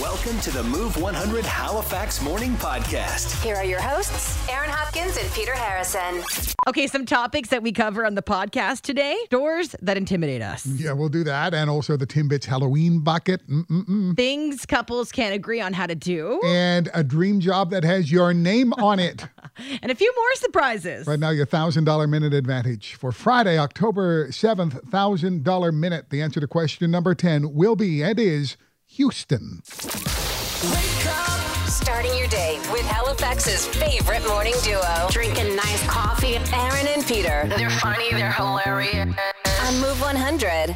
Welcome to the Move 100 Halifax Morning Podcast. Here are your hosts, Aaron Hopkins and Peter Harrison. Okay, some topics that we cover on the podcast today doors that intimidate us, Mm-hmm. Yeah, we'll do that. And also the Timbits Halloween bucket. Mm, Mm-mm-mm. things couples can't agree on how to do, And a dream job that has your name on it. and a few more surprises. Right now, your $1,000 minute advantage. For Friday, October 7th, $1,000 minute. The answer to question number 10 will be and is Houston. Starting your day with Halifax's favorite morning duo. Drinking nice coffee. Aaron and Peter. They're funny, they're hilarious. On Move 100.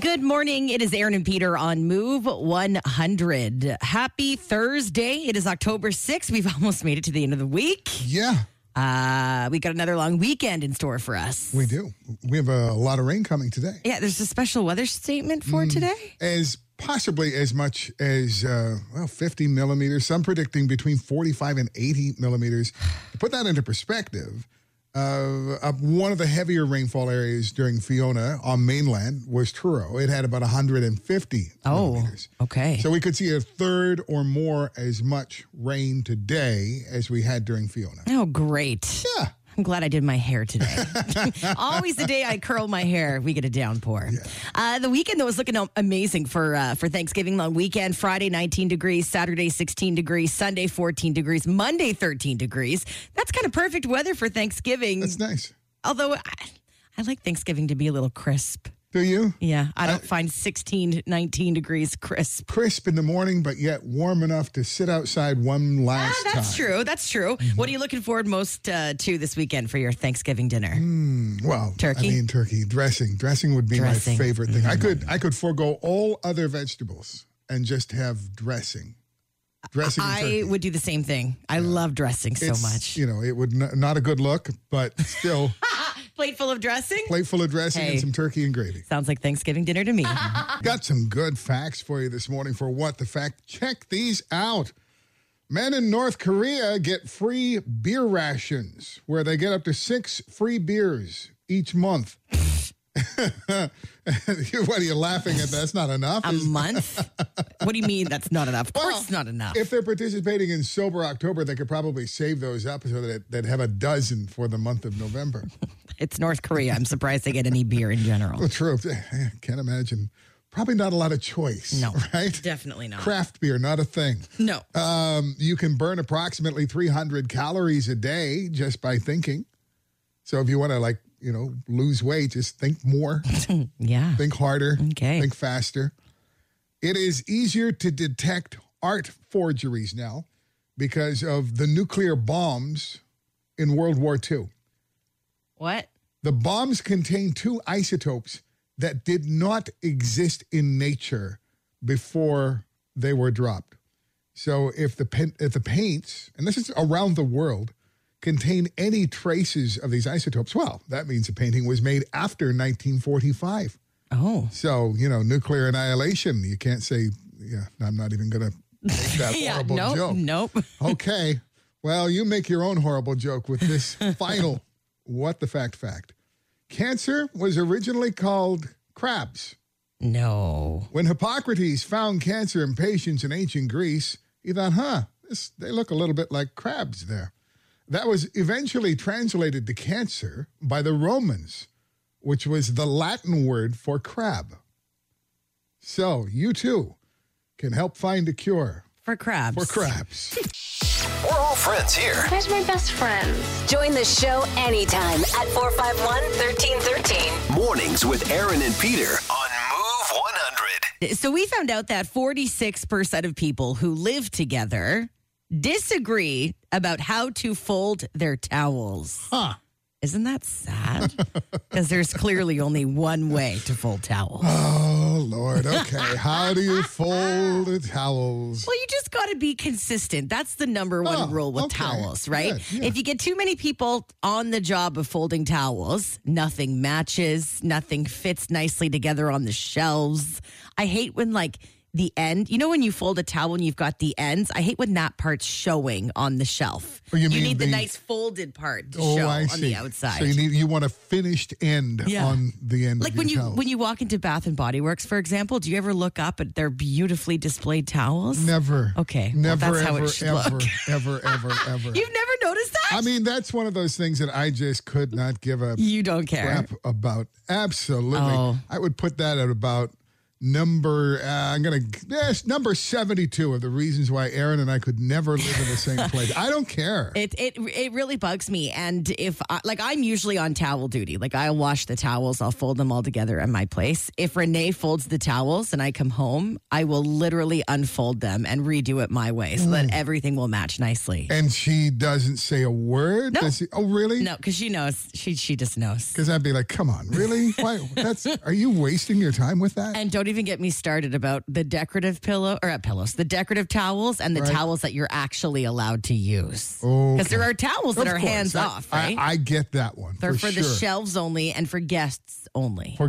Good morning. It is Aaron and Peter on Move 100. Happy Thursday. It is October 6th. We've almost made it to the end of the week. Yeah, Uh, we got another long weekend in store for us. we do. We have a lot of rain coming today, Yeah, there's a special weather statement for Mm. today. as possibly as much as uh, well, 50 millimeters. Some predicting between 45 and 80 millimeters. To put that into perspective, uh, uh, one of the heavier rainfall areas during Fiona on mainland was Truro. It had about 150 Oh, millimeters. okay. So we could see a third or more as much rain today as we had during Fiona. Oh, great. Yeah. I'm glad I did my hair today. Always the day I curl my hair, we get a downpour. Uh, the weekend though was looking am- amazing for uh, for Thanksgiving long weekend. Friday 19 degrees, Saturday 16 degrees, Sunday 14 degrees, Monday 13 degrees. That's kind of perfect weather for Thanksgiving. That's nice. Although I, I like Thanksgiving to be a little crisp. Do you? Yeah, I don't find 16, 19 degrees crisp. crisp in the morning, but yet warm enough to sit outside one Ah, last that's time. true. That's true. What are you looking forward most uh, to this weekend for your Thanksgiving dinner? Well, Turkey? I mean turkey dressing. Dressing would be Dressing. Mm-hmm. my favorite thing. I could I could forego all other vegetables and just have dressing. Dressing. and I turkey. would do the same thing. I love dressing so It's, much. You know, it would n- not a good look, but still Plate full of dressing? plate full of dressing Hey. and some turkey and gravy. Sounds like Thanksgiving dinner to me. Got some good facts for you this morning for what the fact. Check these out. Men in North Korea get free beer rations where they get up to six free beers each month. what are you laughing at? That's not enough. a month? What do you mean that's not enough? Of course, Well, it's not enough. If they're participating in Sober October, they could probably save those up so that they'd have a dozen for the month of November. it's North Korea. I'm surprised they get any beer in general. Well, true. I can't imagine. Probably not a lot of choice. No. Right? Definitely not. Craft beer, not a thing. No. Um, you can burn approximately 300 calories a day just by thinking. So if you want to like, you know, lose weight, just think more, yeah. think harder, Okay. think faster. It is easier to detect art forgeries now because of the nuclear bombs in World War II. What? The bombs contain two isotopes that did not exist in nature before they were dropped. So if the pen, if the paints, and this is around the world, contain any traces of these isotopes, well, that means the painting was made after 1945. Oh. So you know, nuclear annihilation. You can't say, yeah, I'm not even gonna make that Yeah. horrible Nope. joke. Nope. Okay. Well, you make your own horrible joke with this final what the fact fact. Cancer was originally called crabs. No. When Hippocrates found cancer in patients in ancient Greece, he thought, huh, this, they look a little bit like crabs there. That was eventually translated to cancer by the Romans, which was the Latin word for crab. So you too can help find a cure For crabs. for crabs. We're all friends here. Where's my best friends? Join the show anytime at 451 1313. Mornings with Aaron and Peter on Move 100. So we found out that 46% of people who live together disagree about how to fold their towels. Huh. Isn't that sad? Because there's clearly only one way to fold towels. Oh Lord, okay. How do you fold the towels? Well, you just got to be consistent. That's the number one Oh, rule with okay. towels, right? Good, yeah. If you get too many people on the job of folding towels, nothing matches, nothing fits nicely together on the shelves. I hate when like the end. You know when you fold a towel and you've got the ends? I hate when that part's showing on the shelf. Oh, you mean need the, the- nice folded part to Oh, show I on see. the outside. So you need you want a finished end Yeah. on the end. like of when you your towel. when you walk into Bath and Body Works, for example, do you ever look up at their beautifully displayed towels? never. Okay, well, Never. that's how it ever. should ever, look. ever. Ever. Ever. You've never noticed that? I mean, that's one of those things that I just could not give a you don't care. crap about. Absolutely. Oh. I would put that at about number uh, I'm gonna yes, number 72 of the reasons why Aaron and I could never live in the same place. I don't care. It it it really bugs me. And if I, like I'm usually on towel duty, like I'll wash the towels, I'll fold them all together at my place. If Renee folds the towels and I come home, I will literally unfold them and redo it my way so Mm. that everything will match nicely. and she doesn't say a word. No. Does she- oh really? No, because she knows she she just knows. Because I'd be like, come on, really? Why? That's are you wasting your time with that? And don't even get me started about the decorative pillow or uh, pillows, the decorative towels and the towels that you're actually allowed to use. Because there are towels that Oh, Of are course, hands I- off, right? I, I get that one. They're for, sure. the shelves only and for guests only. For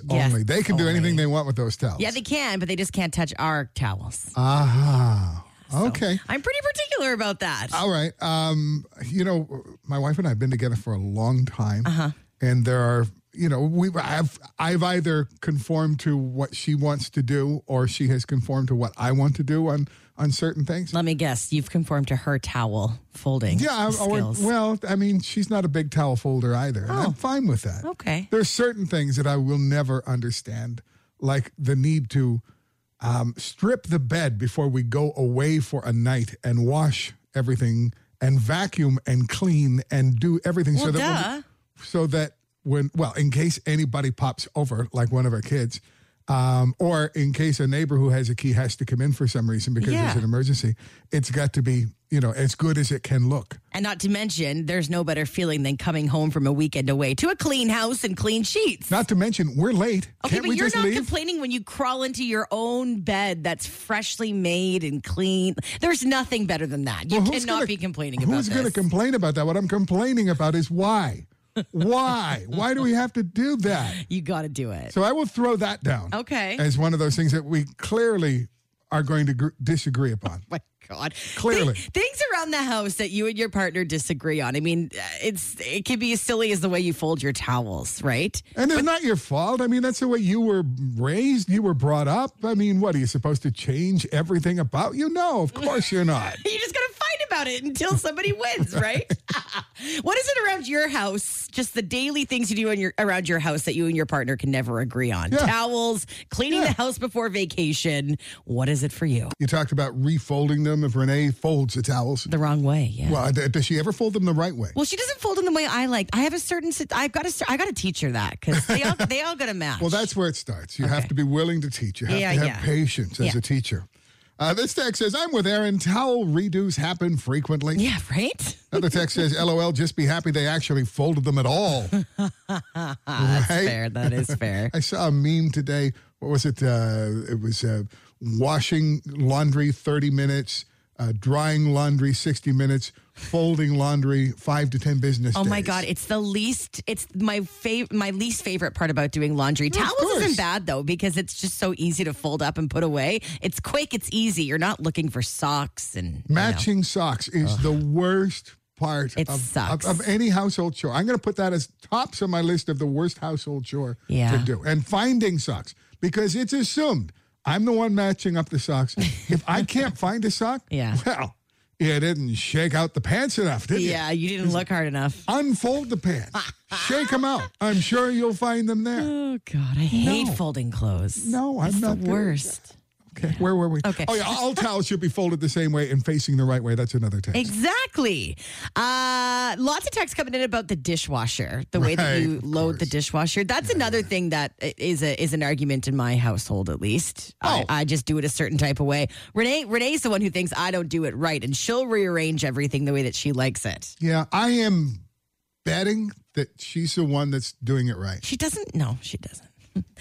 Guests only. They can do anything only. they want with those towels. Yeah, they can, but they just can't touch our towels. Aha. Okay. I'm pretty particular about that. All right. Um, you know, my wife and I have been together for a long time, Uh-huh. and there are, you know, we I've I've either conformed to what she wants to do, or she has conformed to what I want to do on on certain things. Let me guess, you've conformed to her towel folding. yeah, I, I would- skills. Oh. well, I mean, she's not a big towel folder either. and I'm fine with that. Okay. There's certain things that I will never understand, like the need to um, strip the bed before we go away for a night and wash everything and vacuum and clean and do everything Well, so that when, duh. so that when well, in case anybody pops over, like one of our kids. Um, or in case a neighbor who has a key has to come in for some reason because Yeah. there's an emergency, it's got to be, you know, as good as it can look. And not to mention, there's no better feeling than coming home from a weekend away to a clean house and clean sheets. Not to mention, we're late. okay, Can't but we you're just not leave? complaining when you crawl into your own bed that's freshly made and clean. There's nothing better than that. You Well, who's cannot gonna- be complaining about Who's this. going to complain about that? What I'm complaining about is why. why? Why do we have to do that? you got to do it. So I will throw that down. Okay. As one of those things that we clearly are going to gr- disagree upon. my god Clearly. Thi- things around the house that you and your partner disagree on i mean uh, it's it can be as silly as the way you fold your towels right And it's not your fault. I mean, that's the way you were raised. You were brought up. I mean, what are you supposed to change everything about you? No, of course you're not. you just gotta fight about it until somebody wins right what is it around your house just the daily things you do in your around your house that you and your partner can never agree on Yeah. towels cleaning the house before vacation what is it for you You talked about refolding them if Renee folds the towels. the wrong way yeah Well, d- does she ever fold them the right way? well, she doesn't fold in the way I like. I have a certain. sit- I've got to. I got to teach her that because they all they all got to match. Well, that's where it starts. You Okay. have to be willing to teach. You have Yeah, to have yeah. patience as Yeah. a teacher. Uh, this text says, I'm with Aaron. Towel redos happen frequently. yeah, right. Another text says, LOL, just be happy they actually folded them at all. Right? fair. That is fair. I saw a meme today. What was it? Uh, it was uh, washing laundry 30 minutes, uh, drying laundry 60 minutes, folding laundry 5 to 10 business Oh my days. god, it's the least. It's my favorite. My least favorite part about doing laundry. Towels course. isn't bad though because it's just so easy to fold up and put away. It's quick. It's easy. You're not looking for socks and you know. Matching socks is the worst part It of, sucks. of, of any household chore. I'm going to put that as tops on my list of the worst household chore Yeah. to do. And finding socks because it's assumed I'm the one matching up the socks. if I can't find a sock, Yeah. well, you didn't shake out the pants enough, did you? Yeah, you didn't look hard enough. Unfold the pants, shake them out. I'm sure you'll find them there. Oh god, I hate No. folding clothes. No, I'm it's not the doing worst. Okay, where were we? Okay. Oh yeah, all towels should be folded the same way and facing the right way. That's another text. Exactly. Uh, lots of texts coming in about the dishwasher, the way that Right, you of load the course. dishwasher. That's another thing that i- is a is an argument in my household, at least. I, Oh. I just do it a certain type of way. Renee Renee's the one who thinks I don't do it right, and she'll rearrange everything the way that she likes it. Yeah, I am betting that she's the one that's doing it right. She doesn't. No, she doesn't.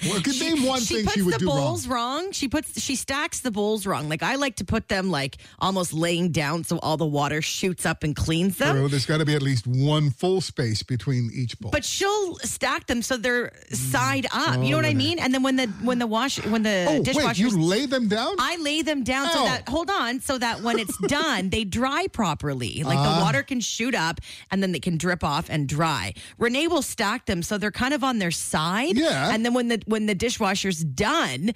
Well, could name one she thing puts she would the do bowls wrong. wrong. She puts she stacks the bowls wrong. Like I like to put them like almost laying down so all the water shoots up and cleans them. True, There's got to be at least one full space between each bowl. But she'll stack them so they're side up. You know what I mean? And then when the when the wash when the oh, wait, dishwasher you lay them down? I lay them down so Oh. that hold on, so that when it's done, they dry properly. Like the Ah. water can shoot up and then they can drip off and dry. Renee will stack them so they're kind of on their side. Yeah. And then when the when the dishwasher's done,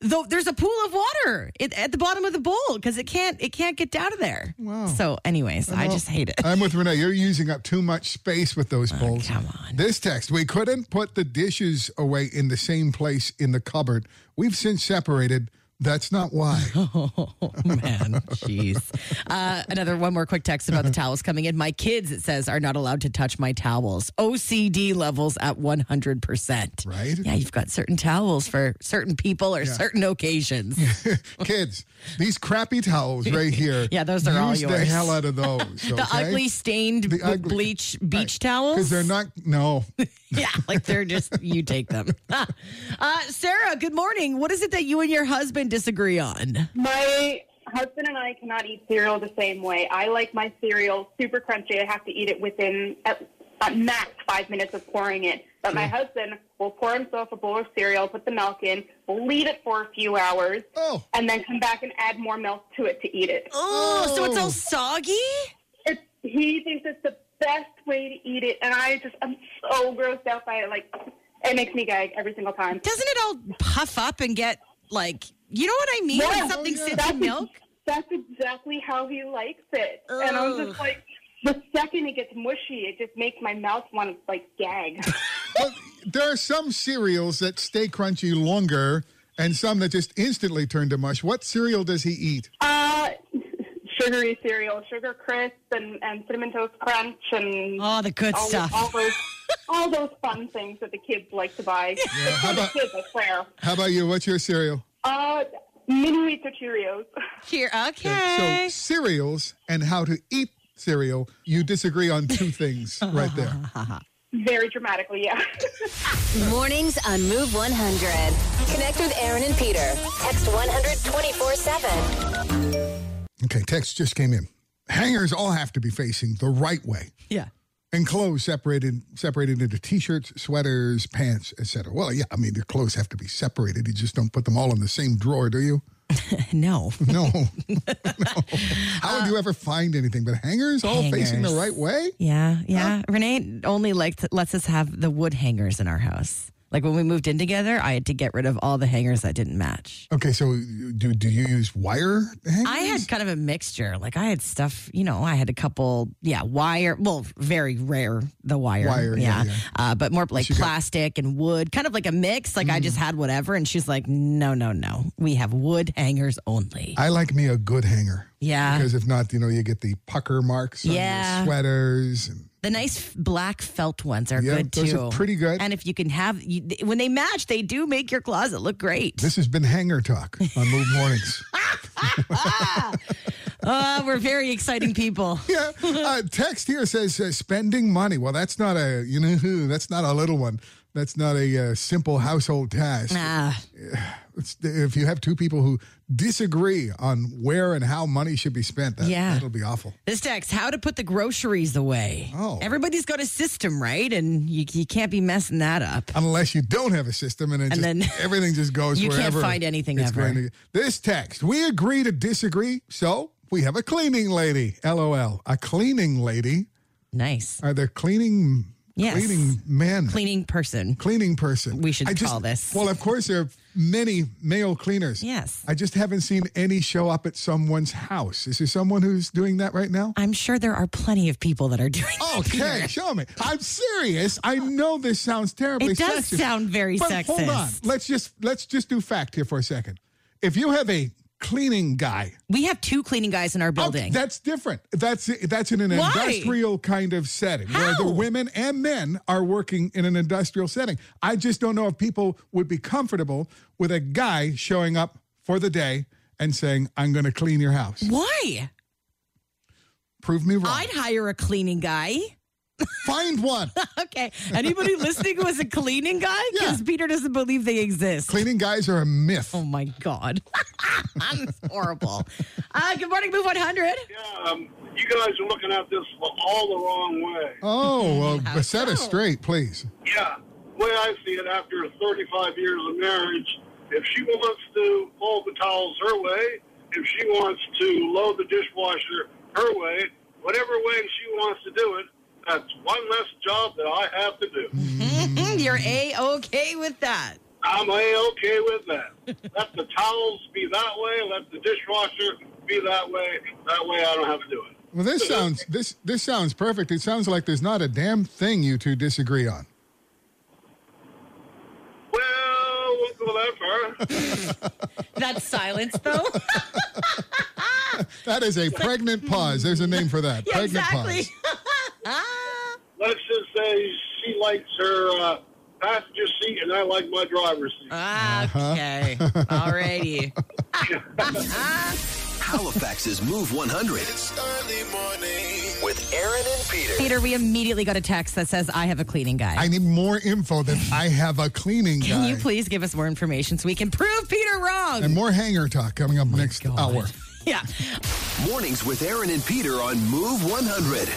though there's a pool of water it, at the bottom of the bowl because it can't it can't get down to there. Wow. So, anyways, I just hate it. I'm with Renee. You're using up too much space with those bowls. Oh, come on. This text we couldn't put the dishes away in the same place in the cupboard. We've since separated. That's not why. Oh, Man, jeez. Uh, another one more quick text about the towels coming in. My kids, it says, are not allowed to touch my towels. OCD levels at 100%. Right. Yeah, you've got certain towels for certain people or certain occasions. Kids, these crappy towels right here. Yeah, those are all use the yours. hell out of those. The ugly stained The b- ugly- bleach beach towels. Because they're not. No. yeah, like they're just, you take them. uh, Sarah, good morning. What is it that you and your husband disagree on? My husband and I cannot eat cereal the same way. I like my cereal super crunchy. I have to eat it within at, at max five minutes of pouring it. But my husband will pour himself a bowl of cereal, put the milk in, leave it for a few hours, Oh. and then come back and add more milk to it to eat it. Oh, so it's all Oh. soggy? It's, he thinks it's the best way to eat it, and I just I'm so grossed out by it. Like it makes me gag every single time. doesn't it all puff up and get like you know what I mean? Yeah. When something Oh, yeah. sits in milk. That's exactly how he likes it. And I was just like, the second it gets mushy, it just makes my mouth want to like gag. But there are some cereals that stay crunchy longer and some that just instantly turn to mush. What cereal does he eat? uh, sugary cereal, sugar crisp, and, and cinnamon toast crunch, and Oh, the good all, stuff. all those all those fun things that the kids like to buy. It's how for the about- kids, I swear. How about you? What's your cereal? Uh, mini wheats or Cheerios. Here, So okay. cereals and how to eat cereal, you disagree on two things right there. Very dramatically, yeah. Mornings on Move 100. Connect with Aaron and Peter. Text 124 7. Okay, text just came in. Hangers all have to be facing the right way yeah. and clothes separated separated into t-shirts, sweaters, pants, etc. Well, yeah, I mean the clothes have to be separated. You just don't put them all in the same drawer, do you? No. No. no. How would you ever find anything? But hangers all facing the Hangers. right way? Yeah, yeah. Renee only liked lets us have the wood hangers in our house. Like when we moved in together, I had to get rid of all the hangers that didn't match. Okay, so you- do do you use wire hangers? I had kind of a mixture. Like I had stuff, you know, I had a couple, yeah, wire. Well, very rare the wire, Wire, yeah, yeah. Uh, but more like got- Mm. plastic and wood, kind of like a mix. Like I just had whatever, and she's like, no, no, no, we have wood hangers only. I like me a good hanger. Yeah. Because if not, you know, you get the pucker marks on Yeah. your sweaters. And, the nice f- black felt ones are Yeah, good those too. are pretty good. And if you can have, you, th- when they match, they do make your closet look great. this has been hanger talk on Move Mornings. Ah, we're very exciting people. yeah. Uh, text here says uh, spending money. Well, that's not a, you know, who, that's not a little one. That's not a uh, simple household task. Ah, It's, if you have two people who disagree on where and how money should be spent, that, Yeah. that'll be awful. This text, how to put the groceries away. Oh. Everybody's got a system, right? And you, you can't be messing that up. unless you don't have a system and, it just, then everything just goes you can't wherever find anything it's ever. going to- this text we agree to disagree so we have a cleaning lady lol a cleaning lady Nice. are there cleaning Yes. cleaning men Cleaning person. cleaning person We should I just- call this. well of course there are many male cleaners Yes. i just haven't seen any show up at someone's house is there someone who's doing that right now I'm sure there are plenty of people that are doing that, Okay, Peter. show me. I'm serious. I know this sounds terribly. It does sexist, sound very but Hold on. sexist. Let's just let's just do fact here for a second. If you have a cleaning guy, We have two cleaning guys in our oh, building. that's different. That's that's in an Why? industrial kind of setting where How? the women and men are working in an industrial setting. I just don't know if people would be comfortable with a guy showing up for the day and saying, "I'm going to clean your house." Why? Prove me wrong. I'd hire a cleaning guy. Find one. Okay. Anybody listening who is a cleaning guy? Because Yeah. Peter doesn't believe they exist. Cleaning guys are a myth. oh my God. That's horrible. Uh, good morning, Move 100. Um, you guys are looking at this all the wrong way. Oh, well, set us so? straight, please. Yeah, the way I see it, after 35 years of marriage, if she wants to fold the towels her way, if she wants to load the dishwasher her way, whatever way she wants to do it, that's one less job that I have to do. Mhm, You're A okay with that. I'm a okay with that. let the towels be that way. Let the dishwasher be that way. That way, I don't have to do it. Well, this sounds this this sounds perfect. It sounds like there's not a damn thing you two disagree on. Well, we'll go that far. That silence, though. That is a pregnant pause. There's a name for that. hmm. yeah, pregnant exactly. pause. Let's just say she likes her uh, passenger seat, and I like my driver's Uh, seat. Ah, okay. Uh-huh. Alrighty. Halifax's Move 100 with Aaron and Peter. Peter, we immediately got a text that says, I have a cleaning guy. I need more info than I have a cleaning guy. can you please give us more information so we can prove Peter wrong? And more hanger talk coming up next Oh God. hour. yeah. Mornings with Aaron and Peter on Move 100.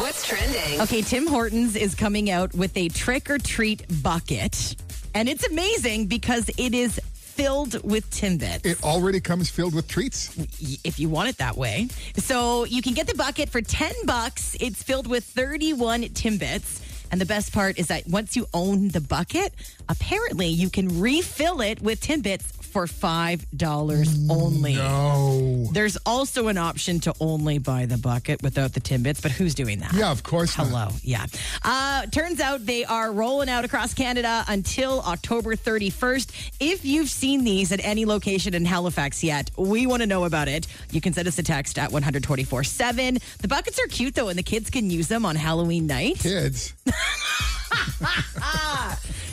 What's trending? Okay, Tim Hortons is coming out with a trick or treat bucket. And it's amazing because it is filled with Timbits. It already comes filled with treats. y- if you want it that way. So you can get the bucket for 10 bucks. It's filled with 31 Timbits. And the best part is that once you own the bucket, apparently you can refill it with Timbits for $5 only. Oh. There's also an option to only buy the bucket without the Timbits, but who's doing that? Yeah, of course. not. Hello. Yeah. Uh, turns out they are rolling out across Canada until October 31st. If you've seen these at any location in Halifax yet, we want to know about it. You can send us a text at 1247. The buckets are cute though, and the kids can use them on Halloween night. Kids.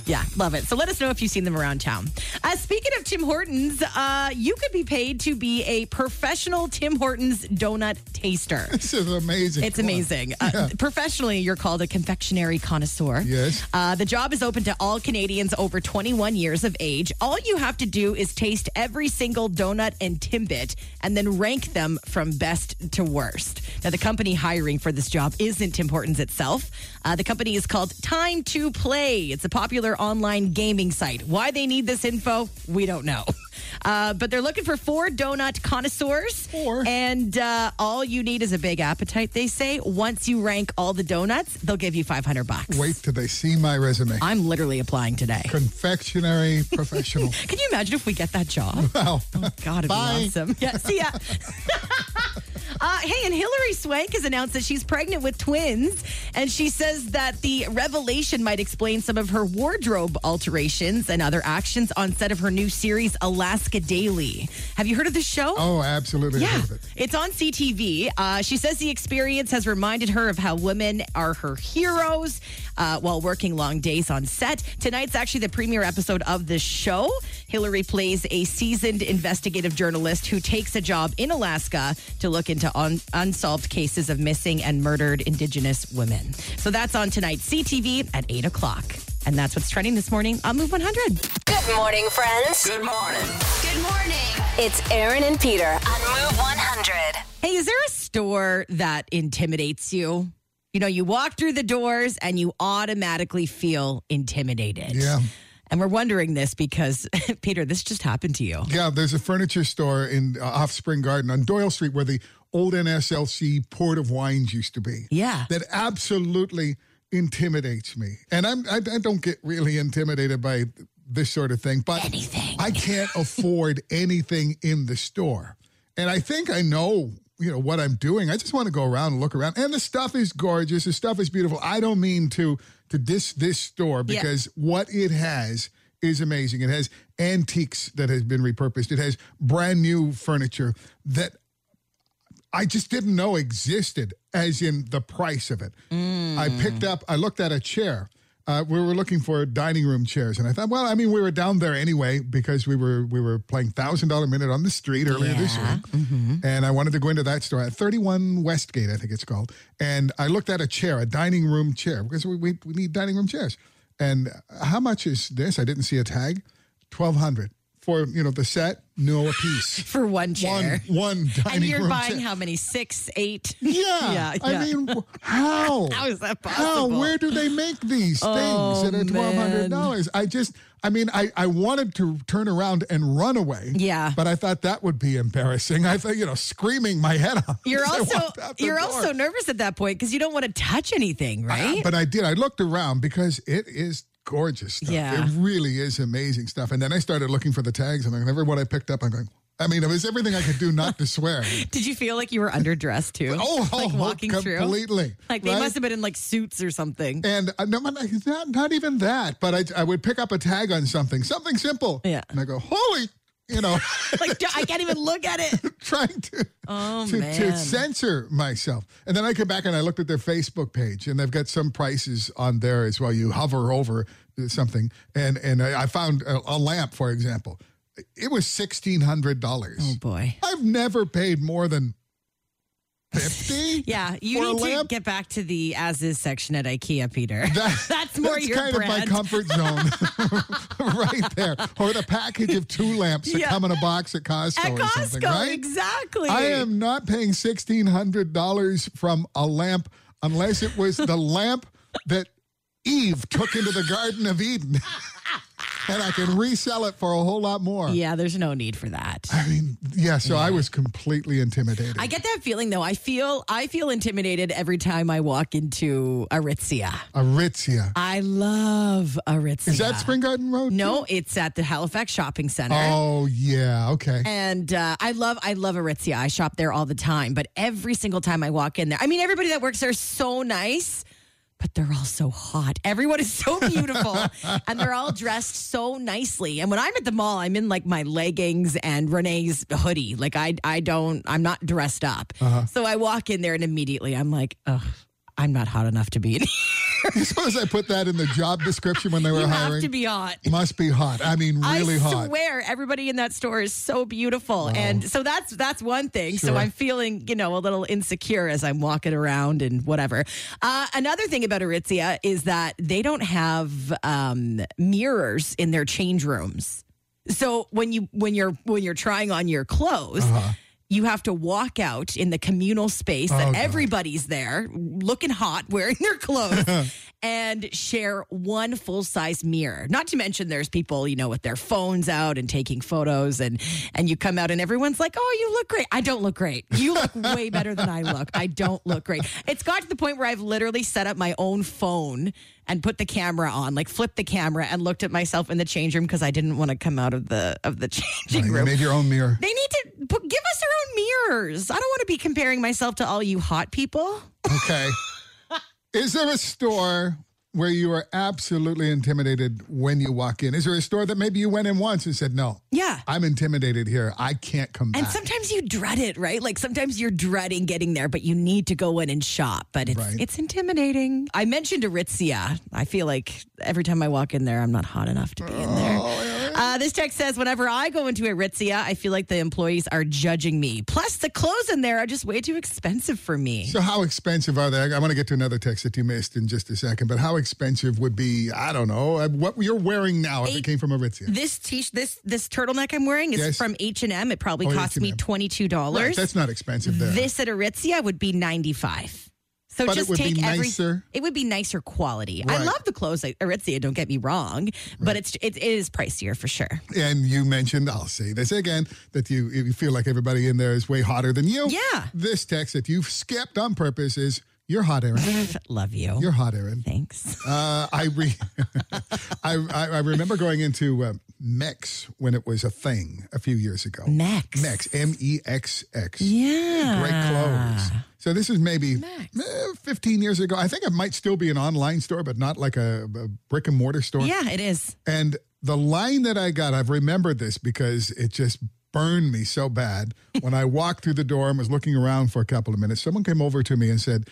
Yeah, love it. So let us know if you've seen them around town. Uh, speaking of Tim Hortons, uh, you could be paid to be a professional Tim Hortons donut taster. This is amazing. It's Come on. amazing. Uh, professionally, you're called a confectionery connoisseur. Yes. Uh, the job is open to all Canadians over 21 years of age. All you have to do is taste every single donut and Timbit and then rank them from best to worst. Now, the company hiring for this job isn't Tim Hortons itself. Uh, the company is called Time to Play. It's a popular online gaming site. Why they need this info, we don't know. Uh, but they're looking for four donut connoisseurs. Four. And uh, all you need is a big appetite, they say. Once you rank all the donuts, they'll give you 500 bucks. Wait till they see my resume. I'm literally applying today. Confectionery professional. Can you imagine if we get that job? Oh, Wow. God, it'd Bye. be awesome. Yeah, see ya. uh, hey, and Hillary Swank has announced that she's pregnant with twins, and she says that the revelation might explain some of her wardrobe alterations and other actions on set of her new series, Alaska Daily. Have you heard of the show? Oh, absolutely. I Yeah, love it. it's on CTV. Uh, she says the experience has reminded her of how women are her heroes uh, while working long days on set. Tonight's actually the premiere episode of this show. Hillary plays a seasoned investigative journalist who takes a job in Alaska to look into un- unsolved cases of missing and murdered Indigenous women. So that's on tonight's CTV at 8 o'clock. And that's what's trending this morning on Move 100. Good morning, friends. Good morning. Good morning. It's Aaron and Peter on Move 100. Hey, is there a store that intimidates you? You know, you walk through the doors and you automatically feel intimidated. Yeah. And we're wondering this because, Peter, this just happened to you. Yeah, there's a furniture store in uh, off Spring Garden on Doyle Street where the old NSLC Port of Wines used to be. Yeah. That absolutely intimidates me. And I'm, I, I don't get really intimidated by this sort of thing, but Anything. I can't afford anything in the store. And I think I know, you know, what I'm doing. I just want to go around and look around. And the stuff is gorgeous. The stuff is beautiful. I don't mean to to diss this store Yeah. because what it has is amazing. It has antiques that has been repurposed. It has brand new furniture that I just didn't Mm. know existed, as in the price of it. I picked up, I looked at a chair uh, we were looking for dining room chairs, and I thought, well, I mean, we were down there anyway because we were we were playing thousand dollar minute on the street earlier this Yeah. Mm-hmm. week, and I wanted to go into that store at thirty one Westgate, I think it's called, and I looked at a chair, a dining room chair, because we we, we need dining room chairs, and how much is this? I didn't see a tag, twelve hundred for you know the set, no a piece, for one chair. one one and dining you're room buying chair. how many? Six, eight? Yeah. yeah, I yeah. mean, w- how? How is that How? possible? Oh, Where do they make these things that are twelve hundred dollars? I just, I mean, I, I wanted to turn around and run away. Yeah. But I thought that would be embarrassing. I thought, you know, screaming my head off. You're as I also walked out the you're door. also nervous at that point because you don't want to touch anything, Ah, right? But I did. I looked around because it is gorgeous stuff. Yeah. It really is amazing stuff. And then I started looking for the tags, and whenever what I picked up, I'm going. I mean, it was everything I could do not to swear. Did you feel like you were underdressed too? Oh, like oh, walking through. completely. Like they right? must have been in like suits or something. And uh, no, not, not- not even that, but I, I would pick up a tag on something, something simple. Yeah. And I go, holy, you know, Like I can't even look at it. trying to, Oh, to, to man. censor myself. And then I come back and I looked at their Facebook page, and they've got some prices on there as well. You hover over something, and, and I, I found a, a lamp, for example. It was $1,600. Oh boy. I've never paid more than 50 Yeah, you for a need to lamp? get back to the as is section at IKEA, Peter. That- that's more that's your kind brand. of my comfort zone, right there. Or the package of two lamps that Yeah. come in a box at Costco. at or something, Costco, right? exactly. I am not paying sixteen hundred dollars from a lamp unless it was the lamp that Eve took into the Garden of Eden, and I can resell it for a whole lot more. Yeah, there's no need for that. I mean, yeah. So I was completely intimidated. I get that feeling though. I feel I feel intimidated every time I walk into Aritzia. Aritzia. I love Aritzia. Is that Spring Garden Road? No, it's at the Halifax Shopping Center. Oh yeah. Okay. And uh, I love I love Aritzia. I shop there all the time, but every single time I walk in there, I mean everybody that works there is so nice, but they're all so hot. Everyone is so beautiful and they're all dressed so nicely. And when I'm at the mall, I'm in like my leggings and Renee's hoodie. Like I I don't I'm not dressed up. So I walk in there and immediately I'm like, "Ugh, I'm not hot enough to be in here. You suppose I put that in the job description when they were You hiring? have to be hot." Must be hot. I mean, really I hot. swear, everybody in that store is so beautiful, and so that's that's one thing. So Sure. I'm feeling, you know, a little insecure as I'm walking around and whatever. Uh, another thing about Aritzia is that they don't have um, mirrors in their change rooms. So when you when you're when you're trying on your clothes. You have to walk out in the communal space Oh, that God. everybody's there, looking hot, wearing their clothes, and share one full size mirror. Not to mention, there's people you know with their phones out and taking photos, and and you come out and everyone's like, "Oh, you look great." I don't look great. You look way better than I look. I don't look great. It's got to the point where I've literally set up my own phone and put the camera on, like flipped the camera and looked at myself in the change room because I didn't want to come out of the of the changing You room. made your own mirror. They need to put, give us our own mirrors. I don't want to be comparing myself to all you hot people. Okay. Is there a store where you are absolutely intimidated when you walk in? Is there a store that maybe you went in once and said, no, Yeah. I'm intimidated here. I can't come back. And sometimes you dread it, right? Like sometimes you're dreading getting there, but you need to go in and shop. But it's Right. it's intimidating. I mentioned Aritzia. I feel like every time I walk in there, I'm not hot enough to be in there. Oh, Uh, this text says, whenever I go into Aritzia, I feel like the employees are judging me. Plus, the clothes in there are just way too expensive for me. so how expensive are they? I want to get to another text that you missed in just a second, but how expensive would be, I don't know, uh, what you're wearing now if it Eight- came from Aritzia? This t- this this turtleneck I'm wearing is Yes. from H and M. It probably Oh, cost me H&M. twenty two dollars. Right, that's not expensive there. This at Aritzia would be 95. So But it just would take be every nicer? it would be nicer quality. I Right. love the clothes at Aritzia, don't get me wrong, but it's it, it is pricier for sure. and you mentioned, I'll say this again, that you, you feel like everybody in there is way hotter than you. Yeah. This text that you've skipped on purpose is, you're hot, Aaron. love you. You're hot, Aaron. Thanks. Uh, I, re- I, I I remember going into uh, Mex when it was a thing a few years ago. Mex. Mex, M E X X. Yeah. Great clothes. So this is maybe eh, 15 years ago. I think it might still be an online store, but not like a, a brick and mortar store. Yeah, it is. And the line that I got, I've remembered this because it just burned me so bad. when I walked through the door and was looking around for a couple of minutes, someone came over to me and said,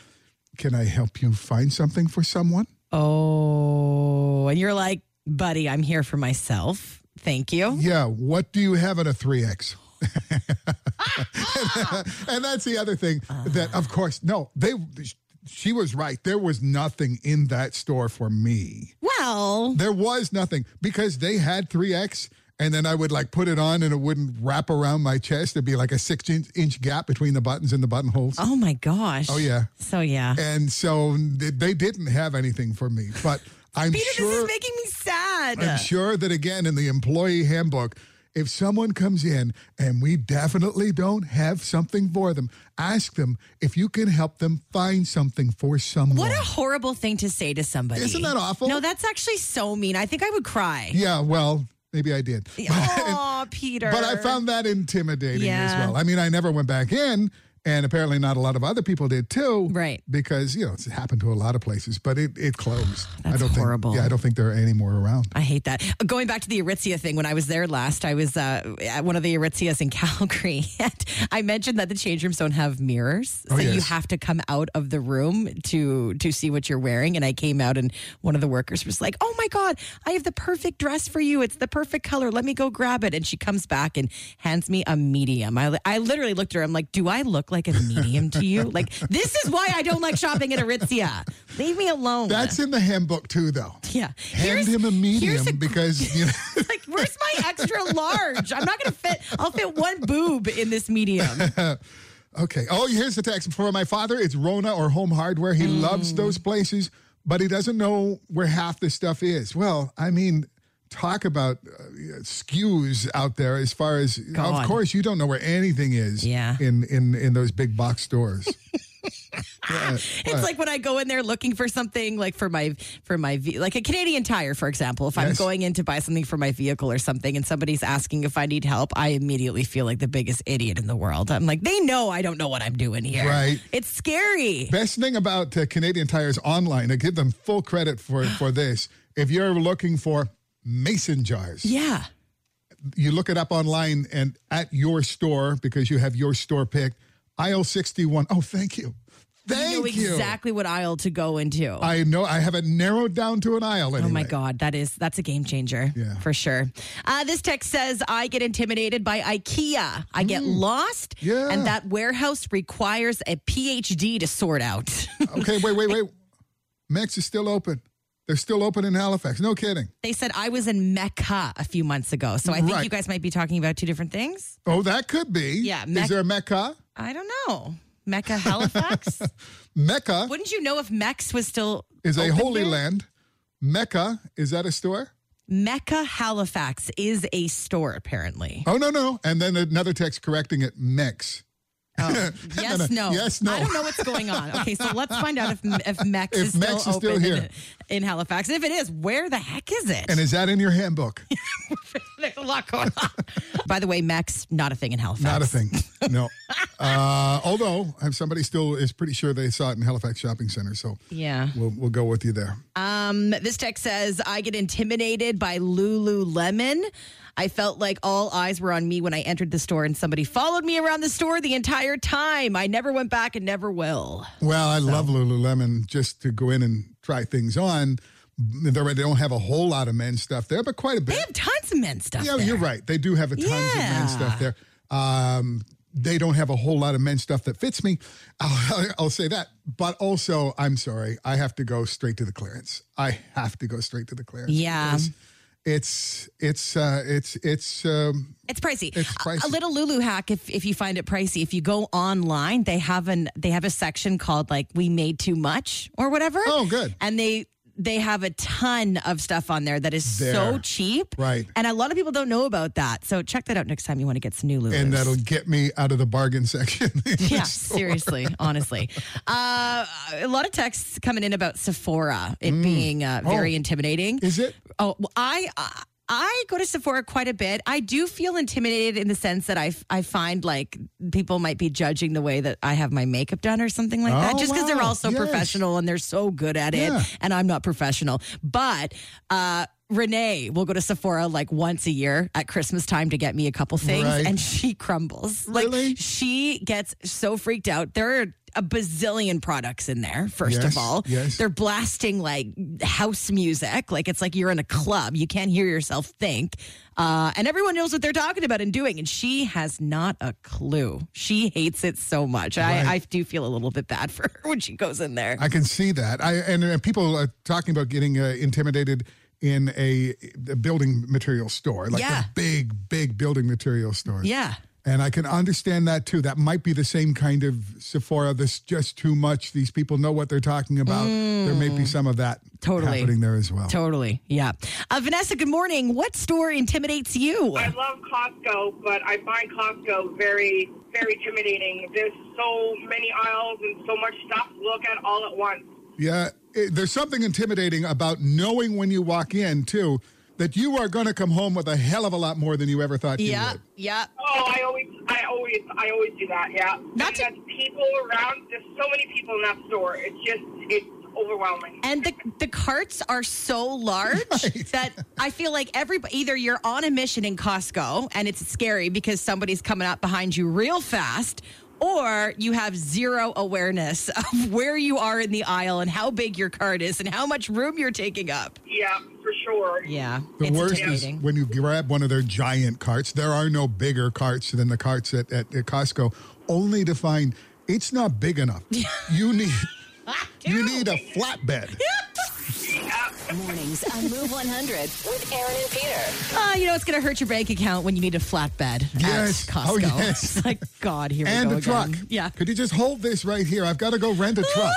Can I help you find something for someone? Oh, and you're like, buddy, I'm here for myself. Thank you. Yeah, what do you have in a 3X? and that's the other thing that, of course, no, they. She was right. There was nothing in that store for me. Well, There was nothing because they had 3X, and then I would like put it on and it wouldn't wrap around my chest. There'd be like a six inch, inch gap between the buttons and the buttonholes. oh my gosh. Oh, yeah. So yeah. And so th- they didn't have anything for me. But I'm Peter, sure. this is making me sad. I'm sure that again in the employee handbook, if someone comes in and we definitely don't have something for them, ask them if you can help them find something for someone. What a horrible thing to say to somebody. Isn't that awful? No, that's actually so mean. I think I would cry. yeah, well, maybe I did. Oh, Peter. But I found that intimidating as Yeah. well. I mean, I never went back in, and apparently not a lot of other people did too. Right. Because, you know, it's happened to a lot of places, but it, it closed. I That's don't horrible. Think, yeah, I don't think there are any more around. I hate that. Uh, Going back to the Aritzia thing, when I was there last, I was uh, at one of the Aritzias in Calgary. and I mentioned that the change rooms don't have mirrors, so Oh, you yes. have to come out of the room to to see what you're wearing. And I came out, and one of the workers was like, "Oh my god, I have the perfect dress for you. It's the perfect color. Let me go grab it." And she comes back and hands me a medium. I, li- I literally looked at her. I'm like, "Do I look like a medium to you? Like this is why I don't like shopping at Aritzia. Leave me alone." That's in the handbook too, though. yeah. Hand Here's- him a here's medium a because, you know. It's like, where's my extra large? I'm not going to fit. I'll fit one boob in this medium. Okay. Oh, here's the text. For my father, it's Rona or Home Hardware. He loves those places, but he doesn't know where half the stuff is. Well, I mean, talk about uh, skews out there as far as God. of course you don't know where anything is Yeah. in in in those big box stores. Uh, Yeah. It's like when I go in there looking for something, like for my for my ve- like a Canadian Tire, for example. If I'm Yes. going in to buy something for my vehicle or something, and somebody's asking if I need help, I immediately feel like the biggest idiot in the world. I'm like, they know I don't know what I'm doing here. Right. It's scary. Best thing about uh, Canadian Tires online, I give them full credit for for this. If you're looking for mason jars, Yeah. you look it up online and at your store because you have your store picked. Aisle 61. Oh, thank you. I Thank know you. exactly what aisle to go into. I know I have it narrowed down to an aisle. Anyway. Oh my God, that is that's a game changer Yeah. for sure. Uh, this text says I get intimidated by IKEA. I get lost, Mm. Yeah. and that warehouse requires a PhD to sort out. Okay, wait, wait, wait. Max is still open. They're still open in Halifax. No kidding. they said I was in Mecca a few months ago, so I think Right. you guys might be talking about two different things. Oh, that could be. Yeah, is Mac- there a Mecca? I don't know. Mecca, Halifax. Mecca Wouldn't you know if Mex was still is a open holy there? land. Mecca is that a store? Mecca, Halifax is a store apparently. Oh no, no. And then another text correcting it. Mex. Yes, no, no. yes, no. I don't know what's going on. Okay, so let's find out if if Mex If is still Mex is open still here. In, in Halifax. And if it is, where the heck is it? And is that in your handbook? There's a lot going on. By the way, Mex not a thing in Halifax. Not a thing. No. uh, although um, somebody still is pretty sure they saw it in Halifax Shopping Center, so Yeah. we'll we'll go with you there. Um, this text says I get intimidated by Lululemon. I felt like all eyes were on me when I entered the store, and somebody followed me around the store the entire time. I never went back and never will. Well, I love Lululemon just to go in and try things on. They don't have a whole lot of men's stuff there, but quite a bit. They have tons of men stuff. yeah, there. you're right. They do have a tons of men's stuff there. Um, they don't have a whole lot of men's stuff that fits me. I'll, I'll say that. But also, I'm sorry. I have to go straight to the clearance. I have to go straight to the clearance. Yeah. because It's it's uh, it's it's um, It's pricey. It's A- A, pricey. little Lulu hack if, if you find it pricey. If you go online, they have an they have a section called like we made too much or whatever. Oh, good. And they they have a ton of stuff on there that is so There. cheap. Right. And a lot of people don't know about that. So check that out next time you want to get some new Lulu. and that'll get me out of the bargain section. yeah, seriously, honestly. Uh, a lot of texts coming in about Sephora, it being uh, very Oh. intimidating. Is it? Oh, well, I. I I go to Sephora quite a bit. I do feel intimidated in the sense that I, I find like people might be judging the way that I have my makeup done or something like that, Oh, just because they're wow. all so Yes. professional and they're so good at Yeah. it, and I'm not professional. But uh, Renee will go to Sephora like once a year at Christmas time to get me a couple things, Right. and she crumbles. Like Really? she gets so freaked out. There are a bazillion products in there. First Yes, of all, yes. they're blasting like house music. Like it's like you're in a club. You can't hear yourself think, uh, and everyone knows what they're talking about and doing. And she has not a clue. She hates it so much. I, I do feel a little bit bad for her when she goes in there. I can see that. I and, and people are talking about getting uh, intimidated in a, a building material store, like Yeah. a big, big building material store. yeah. And I can understand that too. That might be the same kind of Sephora. This just too much. These people know what they're talking about. There may be some of that Mm. Totally. happening there as well. Totally. Yeah. Uh, Vanessa, good morning. What store intimidates you? I love Costco, but I find Costco very, very intimidating. There's so many aisles and so much stuff to look at all at once. Yeah, it, there's something intimidating about knowing when you walk in too that you are going to come home with a hell of a lot more than you ever thought Yeah. you would. Yeah. Oh, I always, I always, I always do that. Yeah, Not to- And that's people around. There's so many people in that store. It's just, it's overwhelming. And the, the carts are so large that I feel like everybody, either you're on a mission in Costco and it's scary because somebody's coming up behind you real fast, or you have zero awareness of where you are in the aisle and how big your cart is and how much room you're taking up. Yeah, for sure. Yeah. The it's worst is intimidating. when you grab one of their giant carts. There are no bigger carts than the carts at, at, at Costco, only to find it's not big enough. you need you need a flatbed. Mornings on Move 100 with Aaron and Peter. Uh, you know, it's going to hurt your bank account when you need a flatbed Yes. at Costco. Oh, yes. It's like, God, here and we go. a truck. again. Yeah. Could you just hold this right here? I've got to go rent a truck.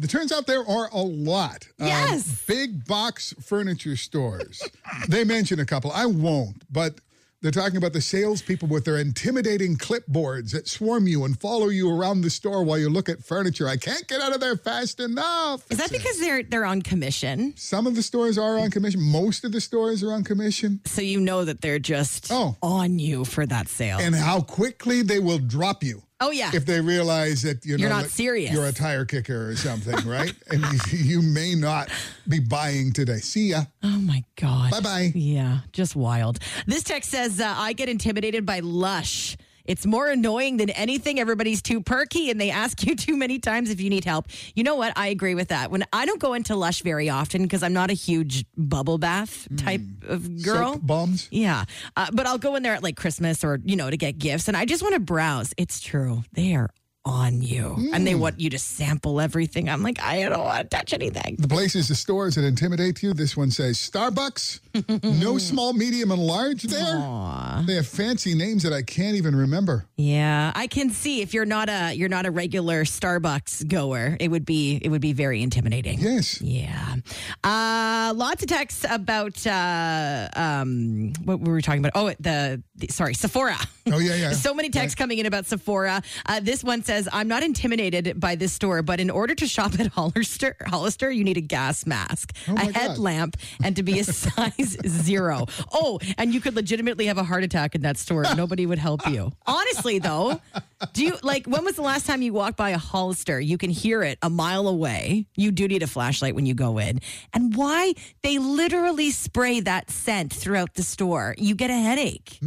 It turns out there are a lot of Yes. big box furniture stores. they mention a couple. I won't, but they're talking about the salespeople with their intimidating clipboards that swarm you and follow you around the store while you look at furniture. I can't get out of there fast enough. Is that because they're they're on commission? some of the stores are on commission? Most of the stores are on commission. So you know that they're just Oh. on you for that sale. And how quickly they will drop you. oh yeah. if they realize that you know, You're not that serious. you're a tire kicker or something, right? and you, you may not be buying today. See ya. oh my god. Bye bye. Yeah, just wild. This text says uh, I get intimidated by Lush. It's more annoying than anything. Everybody's too perky and they ask you too many times if you need help. You know what? I agree with that. When I don't go into Lush very often because I'm not a huge bubble bath Mm. type of girl. Soap bombs. Yeah. Uh, but I'll go in there at like Christmas or, you know, to get gifts. And I just want to browse. It's true. They are on you and they want you to sample everything. I'm like, I don't want to touch anything. The places, the stores that intimidate you. This one says Starbucks. no small, medium, and large there. They have fancy names that I can't even remember. Yeah. I can see if you're not a you're not a regular Starbucks goer, it would be it would be very intimidating. Yes. Yeah. Uh, lots of texts about uh, um, what were we talking about? Oh, the, the sorry, Sephora. Oh, yeah, yeah. so many texts coming in about Sephora. Uh, this one says, "I'm not intimidated by this store, but in order to shop at Hollister, Hollister, you need a gas mask, a Oh my God. headlamp, and to be a size zero. Oh, and you could legitimately have a heart attack in that store. Nobody would help you. Honestly, though, do you like? When was the last time you walked by a Hollister? You can hear it a mile away. You do need a flashlight when you go in. And why they literally spray that scent throughout the store? You get a headache.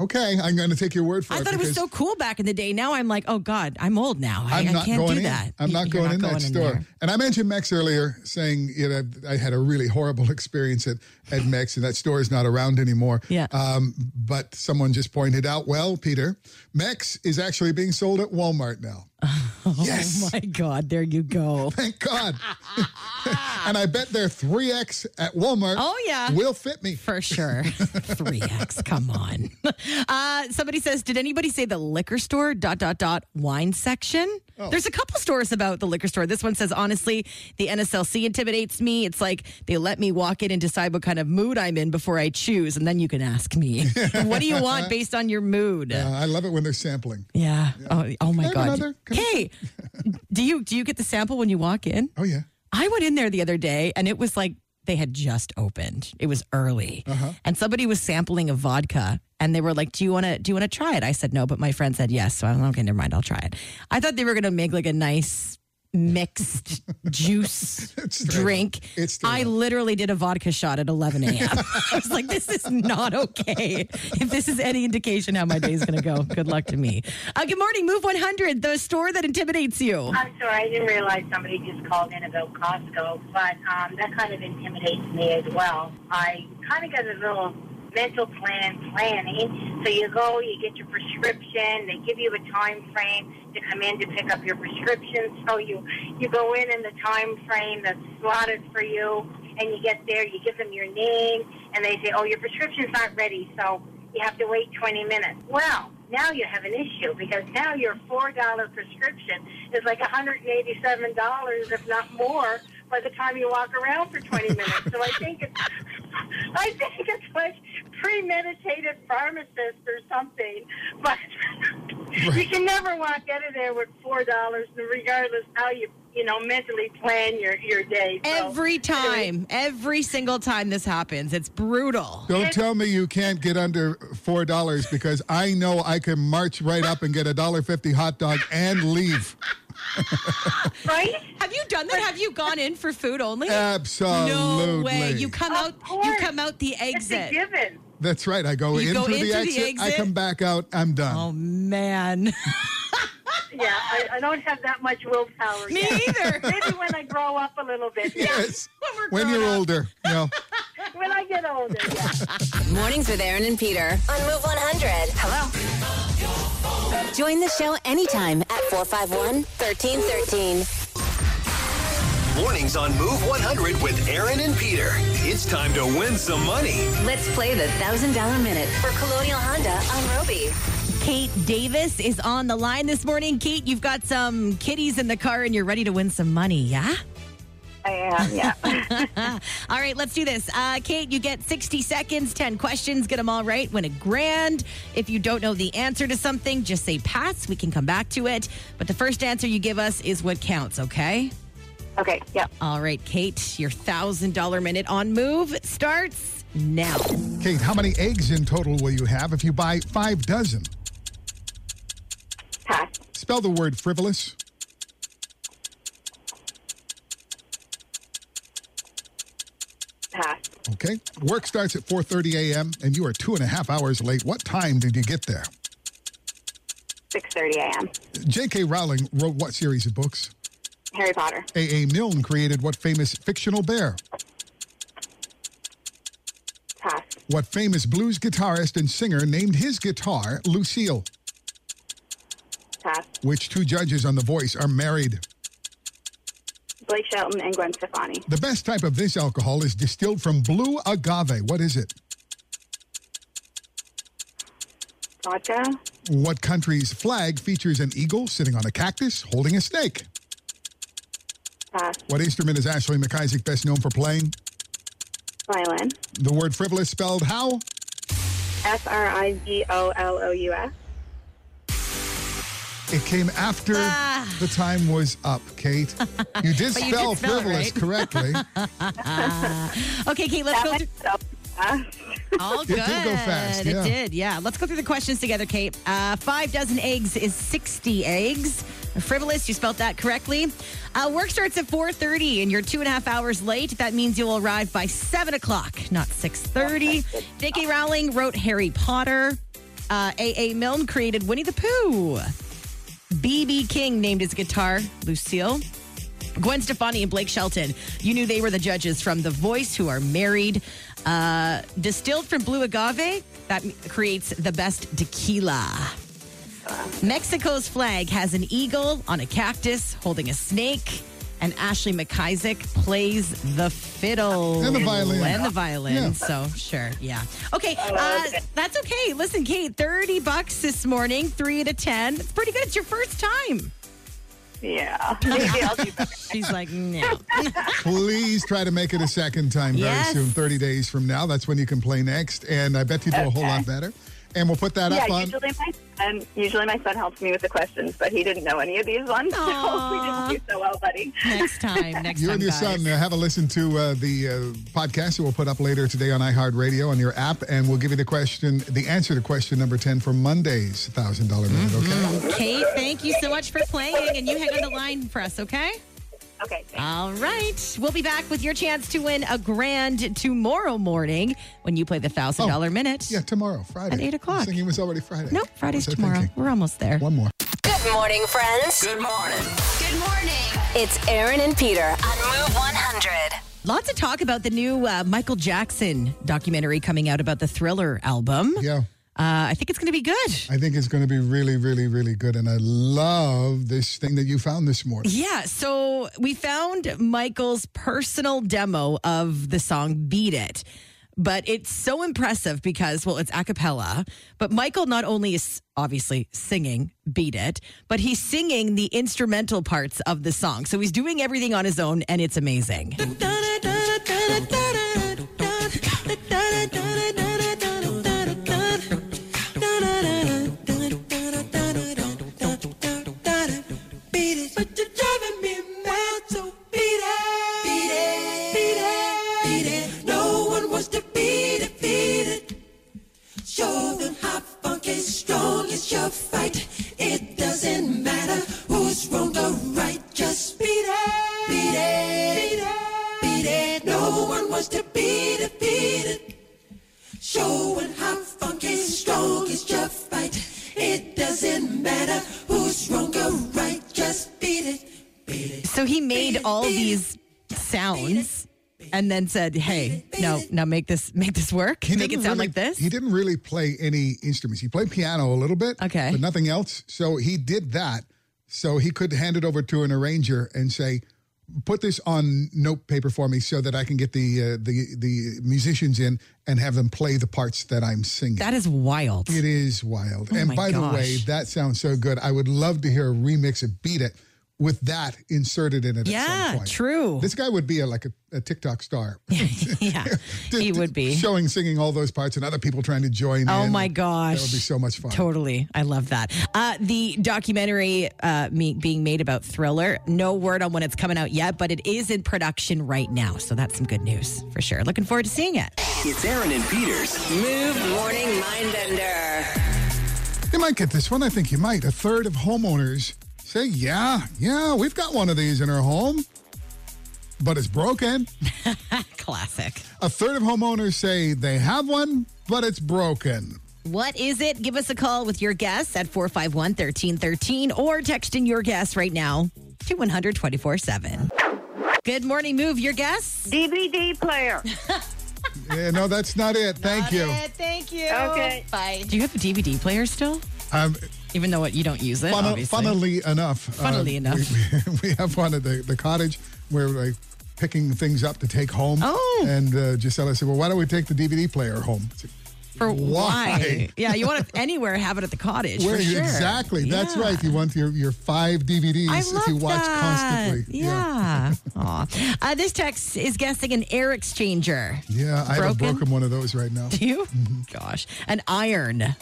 Okay, I'm going to take your word for I it. thought it was because so cool back in the day. Now I'm like, oh God, I'm old now. I, I'm I not can't going do in. that. I'm not You're going in that in store. there. And I mentioned Mex earlier, saying you know I had a really horrible experience at at Mex, and that store is not around anymore. Yeah. Um, but someone just pointed out, well, Peter, Mex is actually being sold at Walmart now. yes. Oh my God, there you go. Thank God. and I bet their three X at Walmart. Oh, yeah. Will fit me. For sure. 3X, come on. Uh, somebody says, Did anybody say the liquor store, dot, dot, dot, wine section? Oh. There's a couple stores about the liquor store. This one says, Honestly, the NSLC intimidates me. It's like they let me walk in and decide what kind of mood I'm in before I choose. And then you can ask me, What do you want based on your mood? Uh, I love it when they're sampling. Yeah. Oh, oh my Can I have god. another? Can I- Hey, do you do you get the sample when you walk in? Oh yeah. I went in there the other day and it was like they had just opened. It was early. Uh-huh. And somebody was sampling a vodka and they were like, "Do you want to do you want to try it?" I said no, but my friend said yes. So I'm like, "Okay, never mind, I'll try it." I thought they were going to make like a nice mixed juice drink. It's straight I up. literally did a vodka shot at 11 a.m. I was like, this is not okay. If this is any indication how my day is going to go, good luck to me. Uh, good morning, Move 100, the store that intimidates you. I'm sorry, I didn't realize somebody just called in about Costco, but um, that kind of intimidates me as well. I kind of got a little mental plan planning. So you go, you get your prescription, they give you a time frame to come in to pick up your prescription. So you you go in in the time frame that's slotted for you, and you get there, you give them your name, and they say, oh, your prescription's not ready, so you have to wait 20 minutes. Well, now you have an issue because now your four dollar prescription is like one hundred and eighty seven dollars, if not more, by the time you walk around for twenty minutes. So I think it's, I think it's like premeditated pharmacist or something. But you can never walk out of there with four dollars, regardless how you you know mentally plan your your day. So, Every time, every single time this happens, it's brutal. Don't tell me you can't get under four dollars because I know I can march right up and get a dollar fifty hot dog and leave. right? Have you done that? Have you gone in for food only? Absolutely. No way. You come Of out. You course. come out the It's a exit. given. That's right. I go You in go through the into the exit, I exit? come back out. I'm done. Oh man, Yeah, I, I don't have that much willpower. me yet. either. Maybe when I grow up a little bit. Yeah. yes. When we're When grown you're up. older. No. When I get older, yeah. Mornings with Aaron and Peter on Move 100. Hello. Join the show anytime at 451 1313. Mornings on Move 100 with Aaron and Peter. It's time to win some money. Let's play the $1,000 minute for Colonial Honda on Roby. Kate Davis is on the line this morning. Kate, you've got some kitties in the car and you're ready to win some money, yeah? I am, yeah. All right, let's do this. Uh, Kate, you get 60 seconds, 10 questions, get them all right, win a grand. If you don't know the answer to something, just say pass. We can come back to it. But the first answer you give us is what counts, okay? okay, yeah. All right, Kate, your $1,000 minute on move starts now. Kate, how many eggs in total will you have if you buy five dozen? Pass. Spell the word frivolous. Pass. Okay. Work starts at 4:30 a.m. and you are two and a half hours late. What time did you get there? 6.30 a.m. J.K. Rowling wrote what series of books? Harry Potter. A.A. Milne created what famous fictional bear? Pass. What famous blues guitarist and singer named his guitar Lucille? Pass. Which two judges on The Voice are married? Blake Shelton and Gwen Stefani. The best type of this alcohol is distilled from blue agave. What is it? Vodka. What country's flag features an eagle sitting on a cactus holding a snake? Pass. What instrument is Ashley McIsaac best known for playing? Violin. The word frivolous spelled how? F-R-I-V-O-L-O-U-S. It came after the time was up, Kate. Ah. But you You did spell did spell it frivolous right. correctly. Okay, Kate, let's go. Through- All good. did go fast, It yeah. did, yeah. Let's go through the questions together, Kate. Uh, five dozen eggs is 60 eggs. Frivolous, you spelt that correctly. Uh, work starts at 4.30 and you're two and a half hours late. That means you'll arrive by 7 o'clock, not 6.30. J.K. Rowling wrote Harry Potter. Uh, A.A. Milne created Winnie the Pooh. B.B. King named his guitar Lucille. Gwen Stefani and Blake Shelton. You knew they were the judges from The Voice who are married. Uh, distilled from blue agave, that m- creates the best tequila. Mexico's flag has an eagle on a cactus holding a snake. And Ashley McIsaac plays the fiddle And the violin. And the violin. Yeah. So sure, yeah. Okay, uh, that's okay. Listen, Kate, thirty bucks this morning, three out of ten. It's pretty good. It's your first time. Yeah. Maybe I'll do better. She's like, no. Please try to make it a second time very Yes. soon, 30 days from now. That's when you can play next. And I bet you do a whole lot better. and we'll put that up yeah, on. usually my um, usually my son helps me with the questions, but he didn't know any of these ones, so we didn't do so well, buddy. Next time. Next You time. and your guys. son uh, have a listen to uh, the uh, podcast that we'll put up later today on iHeartRadio on your app, and we'll give you the question, the answer to question number 10 for Monday's $1,000 minute, Mm-hmm. okay? Kate, thank you so much for playing, and you hang on the line for us, okay? Okay, All right. We'll be back with your chance to win a grand tomorrow morning when you play the $1,000 minute. Oh, Yeah, tomorrow, Friday. At eight o'clock. I was thinking it was already Friday. Nope, Friday's What was I tomorrow. thinking? We're almost there. One more. Good morning, friends. Good morning. Good morning. It's Aaron and Peter on Move 100. Lots of talk about the new uh, Michael Jackson documentary coming out about the Thriller album. Yeah. Uh, I think it's going to be good. I think it's going to be really, really, really good. And I love this thing that you found this morning. Yeah, so we found Michael's personal demo of the song Beat It. But it's so impressive because, well, it's a cappella. But Michael not only is obviously singing Beat It, but he's singing the instrumental parts of the song. So he's doing everything on his own, and it's amazing. So he made all these sounds and then said, "Hey, now now make this make this work. He Make it didn't sound really- like this." He didn't really play any instruments. He played piano a little bit, Okay. but nothing else. So he did that. So he could hand it over to an arranger and say, "Put this on note paper for me, so that I can get the uh, the the musicians in and have them play the parts that I'm singing." That is wild. it is wild. and my by the way, gosh. that sounds so good. I would love to hear a remix of "Beat It" with that inserted in it. at some Yeah, point. true. This guy would be a, like a, a TikTok star. yeah, D- he d- would be. showing, singing all those parts, and other people trying to join. Oh in. my gosh. that would be so much fun. Totally. I love that. Uh, the documentary uh, me- being made about Thriller, no word on when it's coming out yet, but it is in production right now. So that's some good news for sure. Looking forward to seeing it. It's Aaron and Peter's Move Morning Mindbender. You might get this one. I think you might. A third of homeowners say, "Yeah, yeah, we've got one of these in our home, but it's broken." Classic. A third of homeowners say they have one, but it's broken. What is it? Give us a call with your guess at 451 1313 or text in your guess right now to 100 7. Good morning, move your guess. DVD player. yeah, no, that's not it. Thank you. Thank you. Okay. Bye. Do you have a DVD player still? Um, Even though it, you don't use it, funn- obviously. funnily enough, uh, Funnily enough. we, we have one at the, the cottage where we're like picking things up to take home. Oh. and uh, Gisela said, "Well, why don't we take the DVD player home?" It's like, For why? Why? Yeah, you want to anywhere have it at the cottage. Where for sure. exactly? That's Yeah. right. You want your, your five DVDs I that love you watch that. constantly. Yeah. Aw. Uh, this text is guessing an air exchanger. Yeah, I have a Broken? broken one of those right now. Do you? Mm-hmm. Gosh, an iron.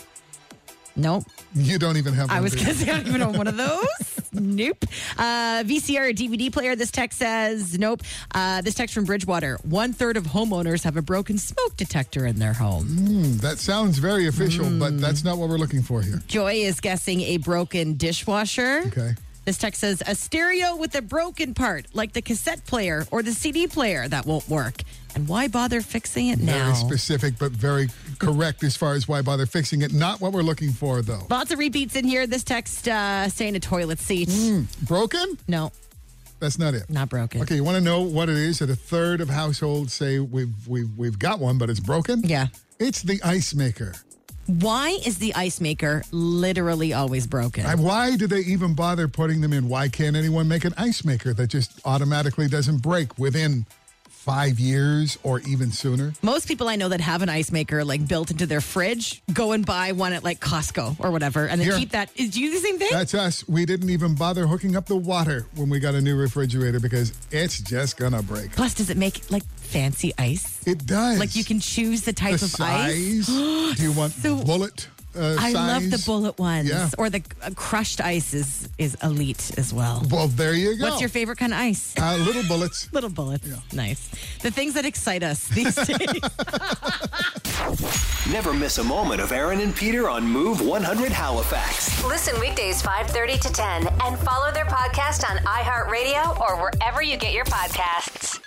Nope. You don't even have. I one, was do going to you? say, I don't even know one of those. nope. Uh, VCR, or DVD player. This text says, nope. Uh, this text from Bridgewater. One third of homeowners have a broken smoke detector in their Mm. home. That sounds very official, Mm. but that's not what we're looking for here. Joy is guessing a broken dishwasher. Okay. This text says, a stereo with a broken part, like the cassette player or the CD player that won't work. And why bother fixing it now? Very specific, but very correct as far as why bother fixing it. Not what we're looking for, though. Lots of repeats in here. This text uh, saying a toilet seat. Mm. Broken? No, That's not it. not broken. Okay, you want to know what it is that a third of households say we've we've we've got one, but it's broken? Yeah. It's the ice maker. Why is the ice maker literally always broken? And why do they even bother putting them in? Why can't anyone make an ice maker that just automatically doesn't break within five years or even sooner? Most people I know that have an ice maker like built into their fridge go and buy one at like Costco or whatever and then Here. keep that. Is, do you do the same thing? That's us. We didn't even bother hooking up the water when we got a new refrigerator because it's just gonna break. Plus, does it make like fancy ice? It does. Like you can choose the type the of ice. size. do you want So- bullet? uh, I love the size. bullet ones. Yeah. Or the uh, crushed ice is, is elite as well. Well, there you go. What's your favorite kind of ice? uh, little bullets? Little bullets. Nice. The things that excite us these days. Never miss a moment of Aaron and Peter on Move 100 Halifax. Listen weekdays 5:30 to 10 and follow their podcast on iHeartRadio or wherever you get your podcasts.